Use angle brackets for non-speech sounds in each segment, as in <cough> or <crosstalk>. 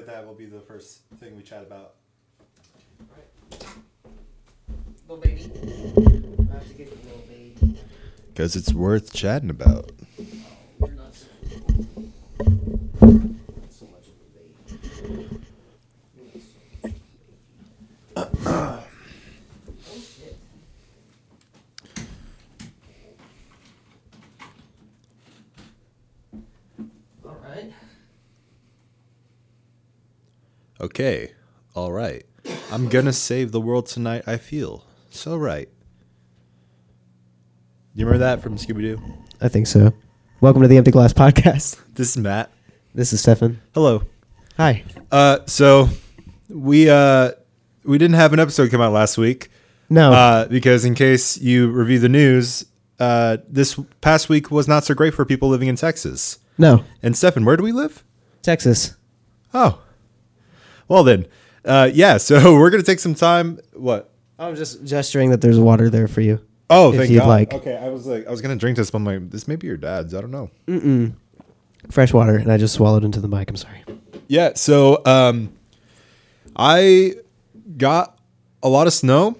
that will be the first thing we chat about. Little baby. I have to get you, little baby. Because it's worth chatting about. You're not so, not so much of a baby. You're not so much of a baby. oh shit. All right. Okay, all right. I'm gonna save the world tonight, I feel. So right. You remember that from Scooby Doo? I think so. Welcome to the Empty Glass Podcast. This is Matt. This is Stefan. Hello. Hi. Uh, so we uh we didn't have an episode come out last week. No. Uh, because in case you review the news, uh, this past week was not so great for people living in Texas. no. And Stefan, where do we live? Texas. Oh, well then, uh, yeah. So <laughs> we're gonna take some time. What? I was just gesturing that there's water there for you. Oh, If thank you'd God. like. Okay, I was like, I was gonna drink this, but I'm like, this may be your dad's. I don't know. Fresh water, and I just swallowed into the mic. I'm sorry. Yeah. So, um, I got a lot of snow.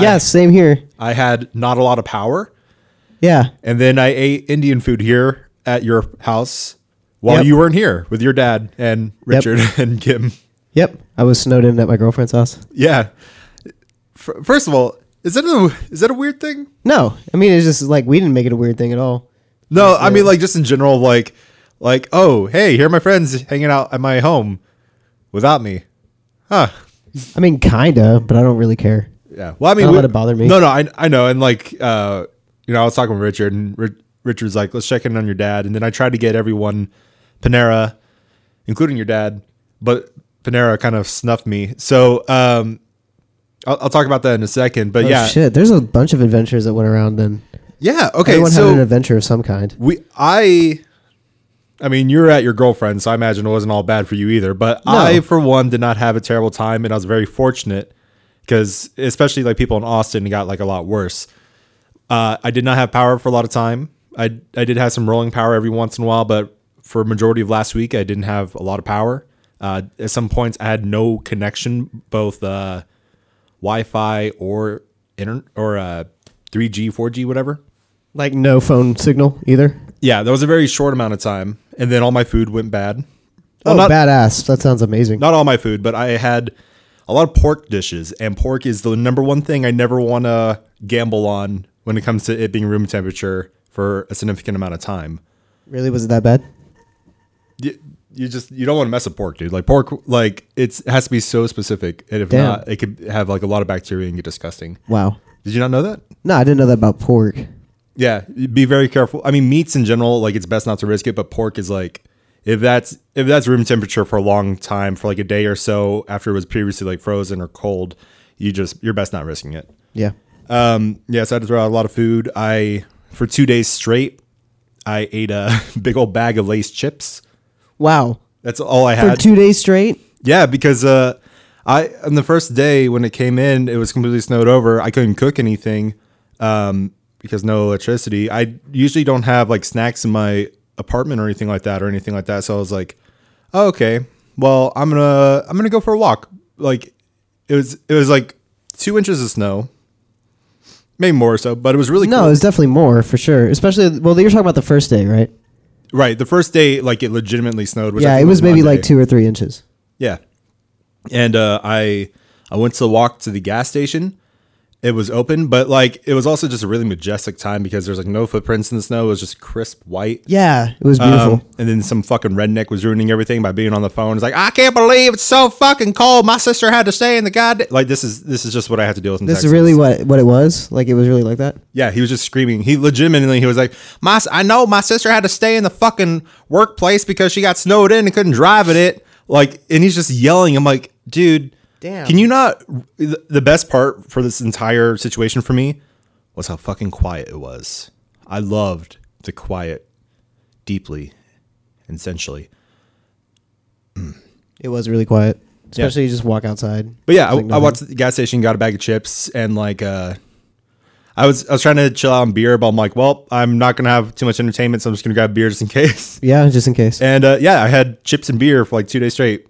yeah, I, same here. I had not a lot of power, Yeah. and then I ate Indian food here at your house while Yep. you weren't here with your dad and Richard <laughs> and Kim. Yep. I was snowed in at my girlfriend's house. Yeah. F- first of all, is that a is that a weird thing? No. I mean, it's just like we didn't make it a weird thing at all. No, I mean like just in general, like like oh hey, here are my friends hanging out at my home without me, huh? I mean, kinda, but I don't really care. Yeah. Well, I mean, Don't we- let it bother me. No, no, I I know, and like uh, you know, I was talking with Richard, and Ri- Richard's like, let's check in on your dad, and then I tried to get everyone Panera, including your dad, but Panera kind of snuffed me. So um, I'll, I'll talk about that in a second, but Oh, yeah, Shit. There's a bunch of adventures that went around then. yeah, okay, Everyone so had an adventure of some kind. we i i mean you're at your girlfriend's so i imagine it wasn't all bad for you either but No. i for one did not have a terrible time and i was very fortunate because especially like people in austin it got like a lot worse uh, i did not have power for a lot of time I, I did have some rolling power every once in a while but for majority of last week i didn't have a lot of power uh, at some points i had no connection both uh, wi-fi or inter- or uh, 3g 4g whatever Like no phone signal either. yeah, that was a very short amount of time, and then all my food went bad. Well, oh, not badass. That sounds amazing. not all my food, but I had a lot of pork dishes, and pork is the number one thing I never want to gamble on when it comes to it being room temperature for a significant amount of time. really? Was it that bad? You, you just you don't want to mess with pork, dude. Like pork, like it's it has to be so specific, and if Damn. not, it could have like a lot of bacteria and get disgusting. Wow. Did you not know that? No, I didn't know that about pork. Yeah, be very careful. I mean, meats in general, like it's best not to risk it, but pork is like if that's if that's room temperature for a long time, for like a day or so after it was previously like frozen or cold, you just you're best not risking it. Yeah. Um, yeah, so I had to throw out a lot of food. I for two days straight, I ate a <laughs> big old bag of Lay's chips. Wow. That's all I For had. two days straight? yeah, because uh, I on the first day when it came in, it was completely snowed over. I couldn't cook anything um, because no electricity. I usually don't have like snacks in my apartment or anything like that or anything like that. So I was like, oh, okay, well I'm gonna I'm gonna go for a walk. Like it was it was like two inches of snow, maybe more or so, but it was really No, cool. it was definitely more for sure. Especially, well, you're talking about the first day, right? right. The first day like it legitimately snowed. Which I yeah, think it was maybe like Monday. two or three inches. Yeah. And uh, I I went to walk to the gas station. It was open, but like it was also just a really majestic time because there's like no footprints in the snow. It was just crisp white. Yeah, it was beautiful. Um, and then some fucking redneck was ruining everything by being on the phone. It's like I can't believe it's so fucking cold. My sister had to stay in the goddamn. Like this is this is just what I had to deal with. In this Texas. is really what what it was. Like it was really like that. Yeah, he was just screaming. He legitimately he was like, "My, s- I know my sister had to stay in the fucking workplace because she got snowed in and couldn't drive in it." Like, and he's just yelling. I'm like, dude, Damn. Can you not? th- The best part for this entire situation for me was how fucking quiet it was. I loved the quiet, deeply, and essentially. It was really quiet. Especially you just walk outside. But yeah, I, It's like I nothing. walked to the gas station, got a bag of chips, and like uh, I was I was trying to chill out on beer, but I'm like, well, I'm not gonna have too much entertainment, so I'm just gonna grab beer just in <laughs> case. Yeah, just in case. And uh, yeah, I had chips and beer for like two days straight.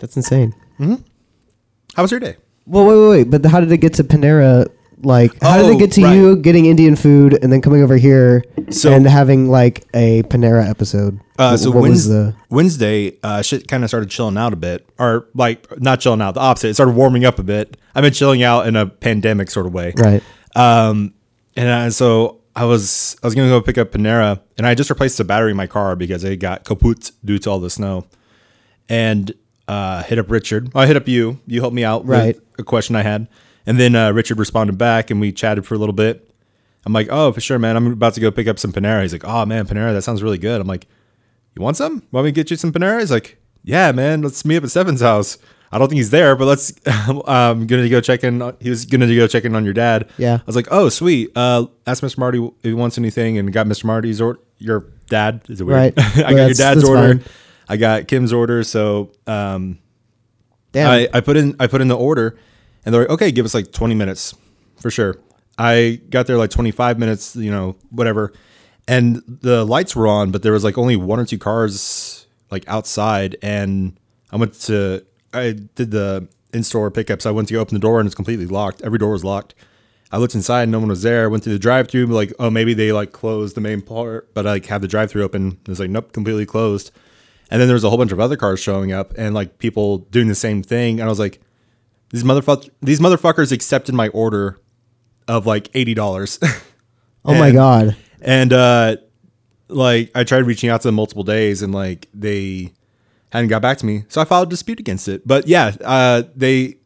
That's insane. How was your day? Well, wait, wait, wait. But how did it get to Panera? Like, how did Oh, it get to right. you getting Indian food and then coming over here So- and having like a Panera episode? Uh, Wh- so what was Wednesday, the? Wednesday uh, shit kind of started chilling out a bit, or like not chilling out, the opposite. It started warming up a bit. I've been chilling out in a pandemic sort of way, Right. Um, and I, so I was I was gonna go pick up Panera, and I just replaced the battery in my car because it got kaput due to all the snow. And uh, hit up Richard. I hit up you. You helped me out with Right. a question I had, and then uh, Richard responded back, and we chatted for a little bit. I'm like, oh, for sure, man. I'm about to go pick up some Panera. He's like, oh man, Panera, that sounds really good. I'm like, you want some? Want me to get you some Panera? He's like, yeah, man, let's meet up at Seven's house. I don't think he's there, but let's. <laughs> um, I'm gonna go check in. on- He was gonna go check in on your dad. Yeah. I was like, oh, sweet. Uh, ask Mr. Marty if he wants anything, and got Mr. Marty's or your dad. Is it weird? Right. Well, <laughs> I got your that's- dad's that's order. fine. I got Kim's order. So um, Damn. I, I put in I put in the order, and they're like, okay, give us like twenty minutes for sure. I got there like twenty five minutes, you know, whatever. And the lights were on, but there was like only one or two cars like outside. And I went to I did the in store pickups. I went to go open the door and it's completely locked. Every door was locked. I looked inside, no one was there. Went through the drive through, like, oh, maybe they like closed the main part, but I like had the drive through open. It was like, nope, completely closed. And then there was a whole bunch of other cars showing up and like people doing the same thing. And I was like, these motherfuckers, these motherfuckers accepted my order of like eighty dollars. <laughs> oh my god. and uh, like I tried reaching out to them multiple days, and like they hadn't got back to me, so I filed a dispute against it. But yeah, uh, they.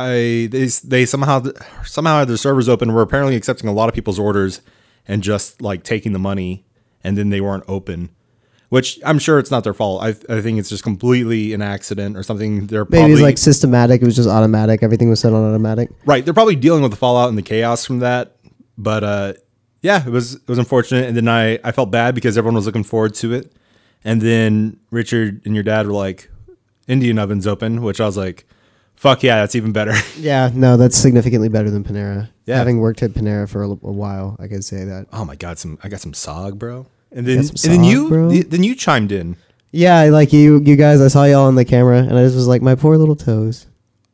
I they they somehow somehow had their servers open. Were apparently accepting a lot of people's orders and just like taking the money, and then they weren't open, which I'm sure it's not their fault. I, I think it's just completely an accident or something. They're Maybe probably it was like systematic. It was just automatic. Everything was set on automatic. Right. They're probably dealing with the fallout and the chaos from that. But uh, yeah, it was it was unfortunate. And then I, I felt bad because everyone was looking forward to it. And then Richard and your dad were like, Indian oven's open, which I was like, fuck yeah, that's even better. <laughs> Yeah. No, that's significantly better than Panera. Yeah. Having worked at Panera for a, l- a while, I could say that. oh my god, some I got some sog, bro. And then got some and then sog, you bro? the- then you chimed in. Yeah, like you, you guys. I saw y'all on the camera, and I just was like, my poor little toes.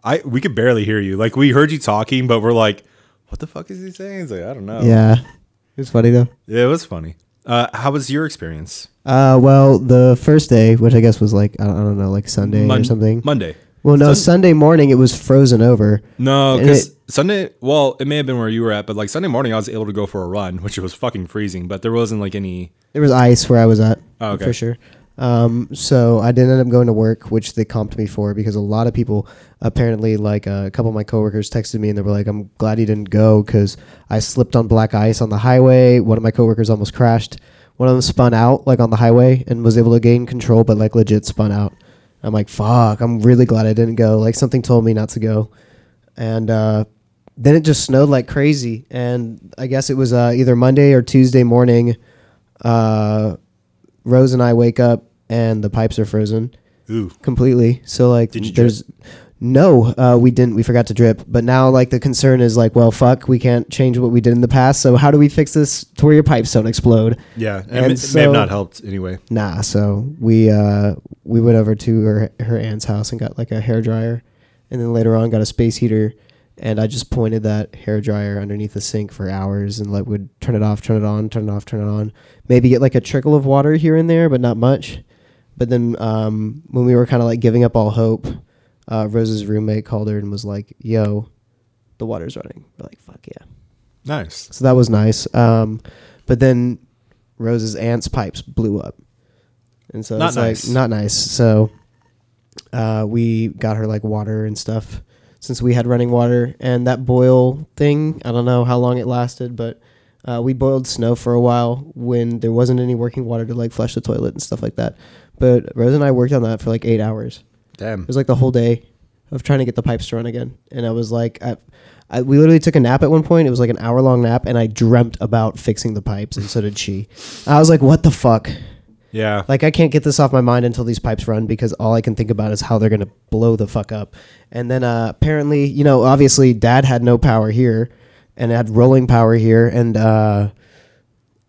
I we could barely hear you. Like we heard you talking, but we're like, what the fuck is he saying? It's like, I don't know. Yeah. It was funny though. Yeah, it was funny. Uh, how was your experience? Uh, well, the first day, which I guess was like I don't, I don't know, like Sunday or Mon- something. Monday. well, no, Sun- Sunday morning it was frozen over. No, And because it- Sunday. Well, it may have been where you were at, but like Sunday morning, I was able to go for a run, <laughs> which was fucking freezing. But there wasn't like any. There was ice where I was at, Oh, okay. for sure. Um, so I didn't end up going to work, which they comped me for because a lot of people apparently, like uh, a couple of my coworkers, texted me and they were like, "I'm glad you didn't go because I slipped on black ice on the highway. One of my coworkers almost crashed. One of them spun out like on the highway and was able to gain control, but like legit spun out. I'm like, fuck. I'm really glad I didn't go. Like something told me not to go, and uh, then it just snowed like crazy. And I guess it was uh, either Monday or Tuesday morning. Uh, Rose and I wake up and the pipes are frozen Ooh, completely. So like, Did you drip? there's no, uh, we didn't. We forgot to drip. But now like the concern is like, well, fuck, we can't change what we did in the past. So how do we fix this to where your pipes don't explode? yeah, and it, And may, it may have so- not helped anyway. Nah. So we uh, we went over to her her aunt's house and got like a hair dryer, and then later on got a space heater. And I just pointed that hair dryer underneath the sink for hours, and like would turn it off, turn it on, turn it off, turn it on. Maybe get like a trickle of water here and there, but not much. But then um, when we were kind of like giving up all hope, uh, Rose's roommate called her and was like, "Yo, the water's running." We're like, "Fuck yeah!" Nice. So that was nice. Um, but then Rose's aunt's pipes blew up. And so Not it's nice. like not nice. So uh, we got her like water and stuff since we had running water and that boil thing, I don't know how long it lasted, but uh, we boiled snow for a while when there wasn't any working water to like flush the toilet and stuff like that. But Rose and I worked on that for like eight hours. Damn. It was like the whole day of trying to get the pipes to run again. And I was like, I, I, we literally took a nap at one point. It was like an hour long nap, and I dreamt about fixing the pipes, and so did she. I was like, what the fuck? Yeah. Like, I can't get this off my mind until these pipes run because all I can think about is how they're going to blow the fuck up. And then uh, apparently, you know, obviously, dad had no power here and had rolling power here. And uh,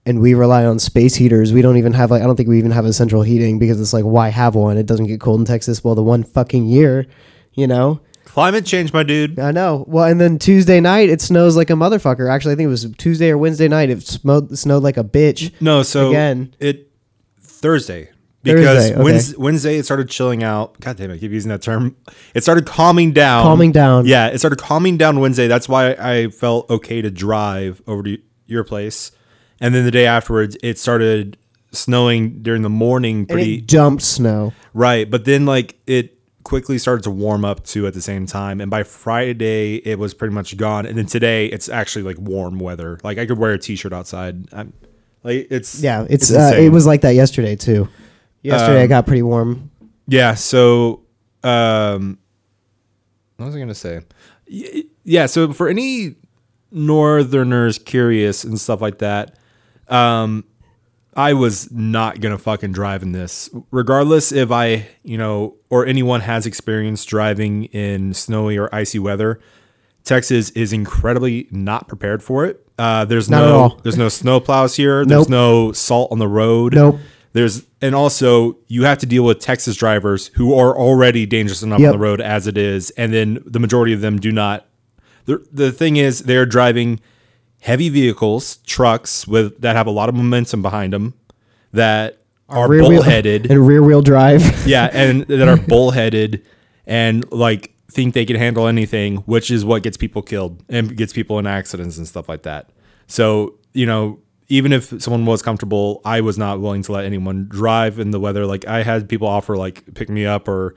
and we rely on space heaters. We don't even have like I don't think we even have a central heating because it's like why have one? It doesn't get cold in Texas. Well, the one fucking year, you know. Climate change, my dude. I know. Well, and then Tuesday night it snows like a motherfucker. Actually, I think it was Tuesday or Wednesday night. It snowed, snowed like a bitch. No, so Again. it Thursday because Thursday, okay. Wednesday, Wednesday it started chilling out. God damn, it, I keep using that term. It started calming down. Calming down. Yeah, it started calming down Wednesday. That's why I felt okay to drive over to your place. And then the day afterwards, it started snowing during the morning. And Pretty it dumped snow. Right, but then like it quickly started to warm up too at the same time, and by Friday it was pretty much gone. And then today it's actually like warm weather. Like I could wear a t-shirt outside. I'm, like it's Yeah, it's, uh, it insane. Um, was like that yesterday too. Yesterday I got pretty warm. yeah. So um, what was I gonna say? Y- Yeah. So for any northerners curious and stuff like that, um, I was not gonna fucking drive in this, regardless if I, you know, or anyone has experience driving in snowy or icy weather. Texas is incredibly not prepared for it. Uh, there's Not at no, all. there's no snow plows here. There's Nope. no salt on the road. Nope. There's and also you have to deal with Texas drivers who are already dangerous enough Yep. on the road as it is, and then the majority of them do not. The the thing is, they're driving heavy vehicles, trucks with that have a lot of momentum behind them that are Rear wheel- bullheaded. <laughs> and rear wheel drive. <laughs> yeah, and that are bullheaded and like think they can handle anything, which is what gets people killed and gets people in accidents and stuff like that. So, you know, even if someone was comfortable, I was not willing to let anyone drive in the weather. Like I had people offer like pick me up or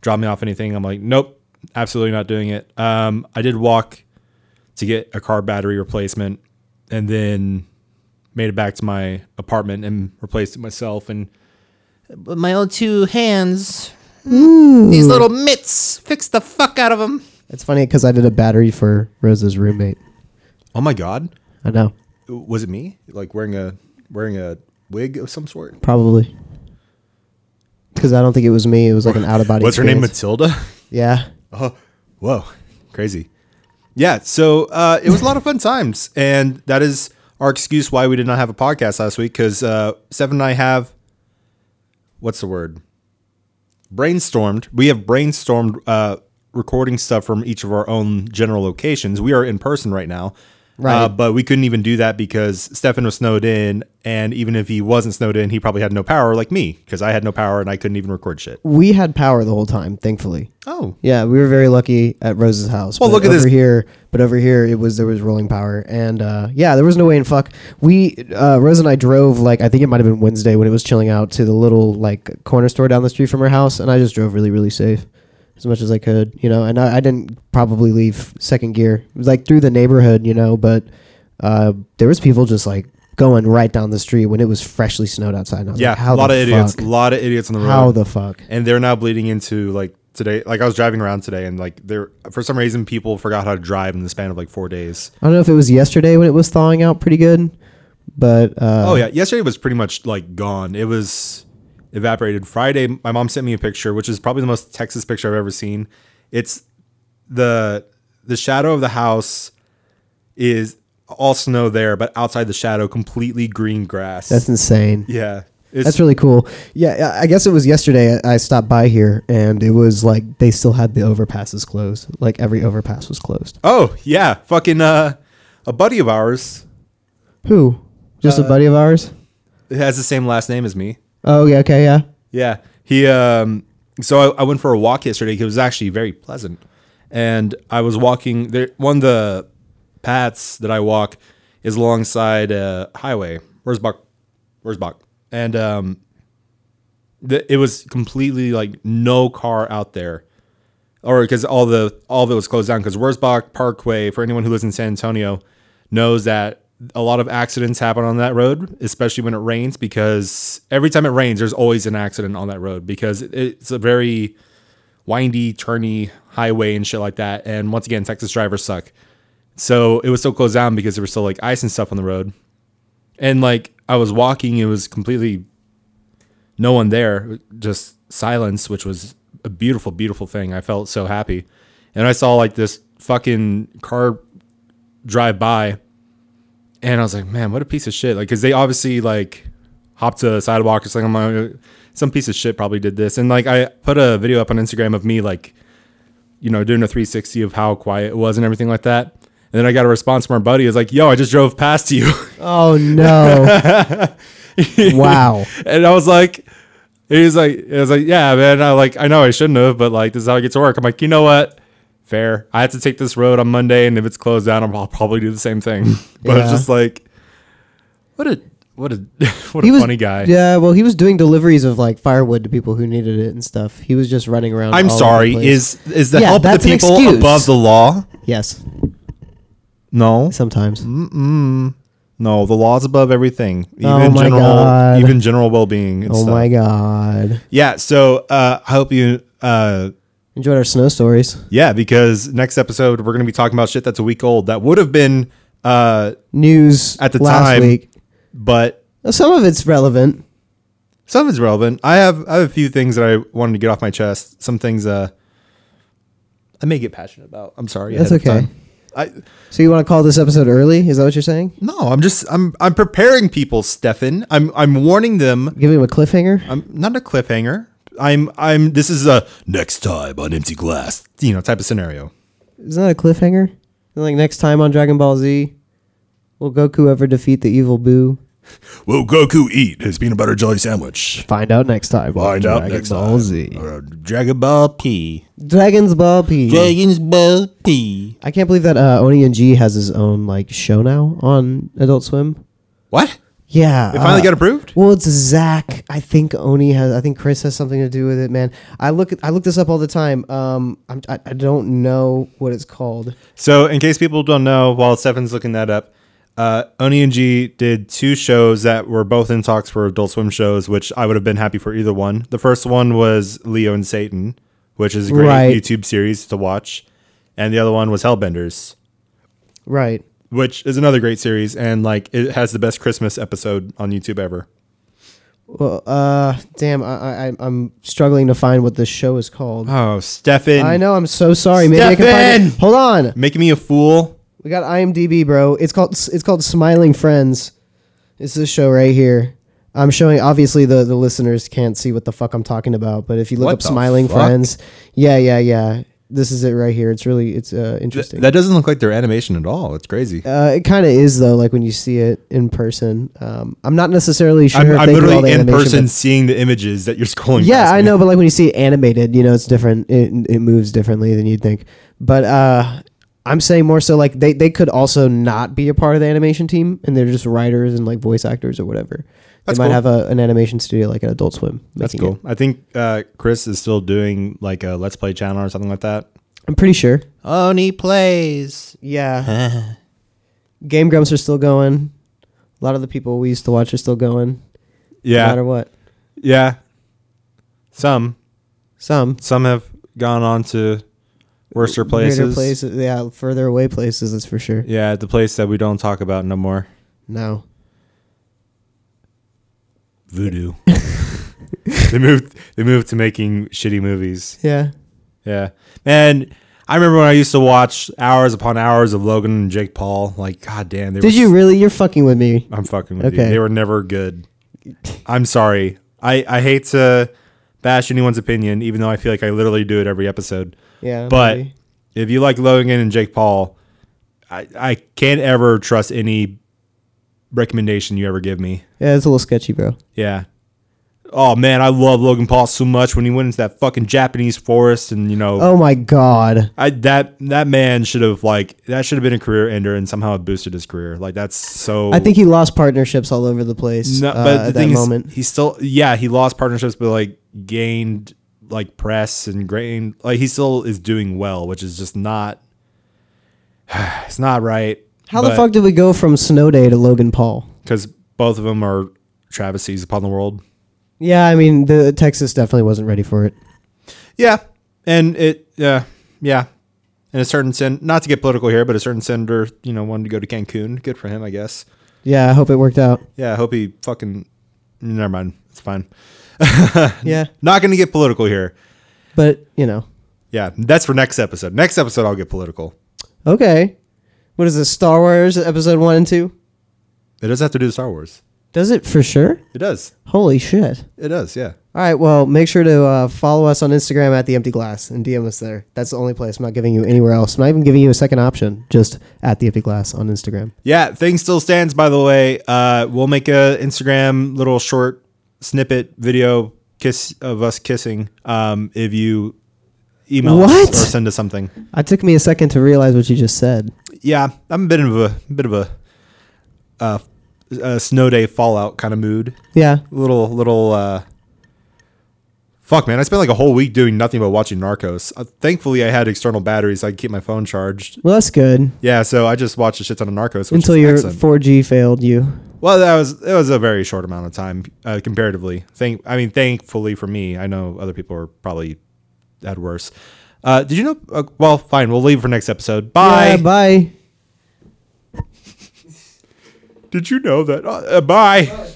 drop me off anything. I'm like, nope, absolutely not doing it. Um, I did walk to get a car battery replacement and then made it back to my apartment and replaced it myself and with my own two hands. These little mitts. Fix the fuck out of them. it's funny because I did a battery for Rosa's roommate. Oh my god. I know, Was it me? Like wearing a wearing a wig of some sort? probably. Because I don't think it was me. It was like an out of body. What's her name? Matilda? Yeah. Oh, whoa. Crazy. Yeah, so uh, it was a lot of fun times. And that is our excuse why we did not have a podcast last week because uh, Seven and I have, what's the word? Brainstormed. We have brainstormed uh, recording stuff from each of our own general locations. We are in person right now. Right. Uh, but we couldn't even do that because Stefan was snowed in. And even if he wasn't snowed in, he probably had no power like me because I had no power and I couldn't even record shit. We had power the whole time, thankfully. Oh. Yeah, we were very lucky at Rose's house. Well, but look at over this- here, but over here it was there was rolling power, and uh, yeah, there was no way in fuck. We uh, Rose and I drove like I think it might have been Wednesday when it was chilling out to the little like corner store down the street from her house, and I just drove really really safe as much as I could, you know. And I, I didn't probably leave second gear like through the neighborhood, you know, but uh, there was people just like going right down the street when it was freshly snowed outside. And I was Yeah, like, how a lot the of idiots. fuck? A lot of idiots on the road. How the fuck? and they're now bleeding into like today. Like I was driving around today, and like there for some reason people forgot how to drive in the span of like four days. I don't know if it was yesterday when it was thawing out pretty good, but uh, Oh yeah, yesterday was pretty much like gone. It was evaporated. Friday, my mom sent me a picture, which is probably the most Texas picture I've ever seen. It's the the shadow of the house is all snow there, but outside the shadow, completely green grass. that's insane. yeah, it's That's really cool. Yeah, I I guess it was yesterday. I I stopped by here, and it was like they still had the overpasses closed. Like every overpass was closed. oh yeah, fucking uh, a buddy of ours Who? Just Uh, a buddy of ours? has the same last name as me. Oh yeah, okay, yeah. Yeah. He um so I, I went for a walk yesterday. It was actually very pleasant. And I was walking there one of the paths that I walk is alongside a highway. Where's Buck? Where's Buck? And um the, it was completely like no car out there. Or because all the all of it was closed down because Wurzbach Parkway, for anyone who lives in San Antonio, knows that a lot of accidents happen on that road, especially when it rains, because every time it rains, there's always an accident on that road because it- it's a very windy, turny highway and shit like that. And once again, Texas drivers suck. So it was still closed down because there was still like ice and stuff on the road. And like I was walking, it was completely no one there, just silence, which was a beautiful, beautiful thing. I felt so happy. And I saw like this fucking car drive by and I was like, man, what a piece of shit. Like, cause they obviously like hopped to the sidewalk or something. I'm like, uh, some piece of shit probably did this. And like, I put a video up on Instagram of me like, you know, doing a 360 of how quiet it was and everything like that. And then I got a response from our buddy. It's like, yo, I just drove past you. <laughs> Oh no! wow. and I was like, he was like, I was like, yeah, man. I like, I know I shouldn't have, but like, this is how I get to work. I'm like, you know what? Fair. I have to take this road on Monday, and if it's closed down, I'll probably do the same thing. <laughs> but it's Yeah. just like, what a, what a, <laughs> what a He was funny guy. Yeah, well, he was doing deliveries of like firewood to people who needed it and stuff. He was just running around. I'm all over sorry. the place. Is is the Yeah, help of that's the an people excuse. above the law? yes, No, sometimes. Mm, no. The law's above everything. Even Oh my general, God. even general well-being. And Oh stuff. my god! Yeah. So uh, I hope you. Uh, Enjoyed our snow stories. Yeah, because next episode we're going to be talking about shit that's a week old that would have been, uh, News At the last time- week. but Some of it's relevant. some of it's relevant. I have I have a few things that I wanted to get off my chest. Some things uh, I may get passionate about. I'm sorry. That's ahead of okay. time. I So you want to call this episode early? Is that what you're saying? no, I'm just I'm I'm preparing people, Stefan. I'm I'm warning them. Give him a cliffhanger. I'm not a cliffhanger. I'm I'm this is a next time on empty glass, you know, type of scenario. Isn't that a cliffhanger? Like next time on Dragon Ball Z, will Goku ever defeat the evil Boo? Will Goku eat his peanut butter jelly sandwich? Find out next time. on Find out Dragon next Ball time. Z. Or uh, Dragon Ball P. Dragon's Ball Mm. P. Dragon's Ball P. I can't believe that uh, Oni and G has his own like show now on Adult Swim. What? Yeah, It finally uh, got approved? Well, it's Zach. I think Oni has. I think Chris has something to do with it, man. I look. I look this up all the time. Um, I'm, I, I don't know what it's called. So, in case people don't know, while Stefan's looking that up, uh, Oni and G did two shows that were both in talks for Adult Swim shows, which I would have been happy for either one. The first one was Leo and Satan, which is a great Right. YouTube series to watch, and the other one was Hellbenders, Right. which is another great series, and like it has the best Christmas episode on YouTube ever. Well, uh, damn. I, I I'm struggling to find what this show is called. Oh, Stefan! I know. I'm so sorry. Maybe I can find it. Stefan! Hold on. making me a fool. We got IMDb, bro. It's called it's called Smiling Friends. It's this show right here. I'm showing. Obviously, the the listeners can't see what the fuck I'm talking about, but if you look What up the Smiling fuck? Friends, yeah, yeah, yeah. This is it right here. It's really it's uh, interesting. That doesn't look like their animation at all. It's crazy. uh, it kind of is though, like when you see it in person. Um, I'm not necessarily sure. I'm, if I'm they do all literally the in animation, person but- seeing the images that you're <laughs> scrolling. Yeah, past I me. know, but like when you see it animated, you know, it's different. It, it moves differently than you'd think. But uh, I'm saying more so like they, they could also not be a part of the animation team and they're just writers and like voice actors or whatever. That's they might cool. have a, an animation studio like an Adult Swim. That's making cool. it. I think uh, Chris is still doing like a Let's Play channel or something like that. I'm pretty sure. Oni plays. Yeah. <laughs> Game Grumps are still going. A lot of the people we used to watch are still going, no Yeah, matter what. yeah. Some Some some have gone on to worser places. greater places, yeah, further away places, that's for sure. Yeah, the place that we don't talk about no more. No, <laughs> Voodoo. they moved. They moved to making shitty movies. yeah, Yeah, man. I remember when I used to watch hours upon hours of Logan and Jake Paul. Like, god damn. They did were you really? You're fucking with me. I'm fucking with you. Okay. They were never good. I'm sorry. I, I hate to bash anyone's opinion, even though I feel like I literally do it every episode. Yeah, But maybe. if you like Logan and Jake Paul, I, I can't ever trust any recommendation you ever give me. Yeah, it's a little sketchy, bro. Yeah. Oh man, I love Logan Paul so much when he went into that fucking Japanese forest and you know Oh my god. I that that man should have like that should have been a career ender and somehow it boosted his career. Like that's so I think he lost partnerships all over the place No, uh, but the at thing that is, moment. he still, yeah, he lost partnerships, but like gained like press and gained like he still is doing well, which is just not. <sighs> It's not right. How the fuck did we go from Snow Day to Logan Paul? Because both of them are travesties upon the world. Yeah, I mean, the Texas definitely wasn't ready for it. Yeah, and it, yeah, yeah, and a certain sen, not to get political here, but a certain senator, you know, wanted to go to Cancun. Good for him, I guess. Yeah, I hope it worked out. Yeah, I hope he fucking. Never mind, it's fine. Yeah, Not going to get political here. but you know, Yeah, that's for next episode. Next episode, I'll get political. okay. What is this? Star Wars Episode One and Two? It does have to do with Star Wars. Does it for sure? It does. Holy shit. It does. Yeah. All right, well, make sure to uh, follow us on Instagram at the Empty Glass and DM us there. That's the only place. I'm not giving you anywhere else. I'm not even giving you a second option. Just at the Empty Glass on Instagram. Yeah, thing still stands. By the way, uh, we'll make a Instagram little short snippet video kiss of us kissing. Um, if you email What? us or send us something. I took me a second to realize what you just said. Yeah, I'm a bit of a bit of a, uh, a snow day fallout kind of mood. Yeah, Little little. Uh, fuck, man, I spent like a whole week doing nothing but watching Narcos. Uh, thankfully, I had external batteries. so I could keep my phone charged. well, that's good. Yeah, so I just watched a shit ton of Narcos which Until is your excellent. 4G failed you. Well, that was it was a very short amount of time uh, comparatively. Thank I mean, thankfully for me, I know other people are probably had worse. Uh, did you know? Uh, well, fine, we'll leave for next episode. Bye. Yeah, bye. Did you know that? Uh, uh, bye.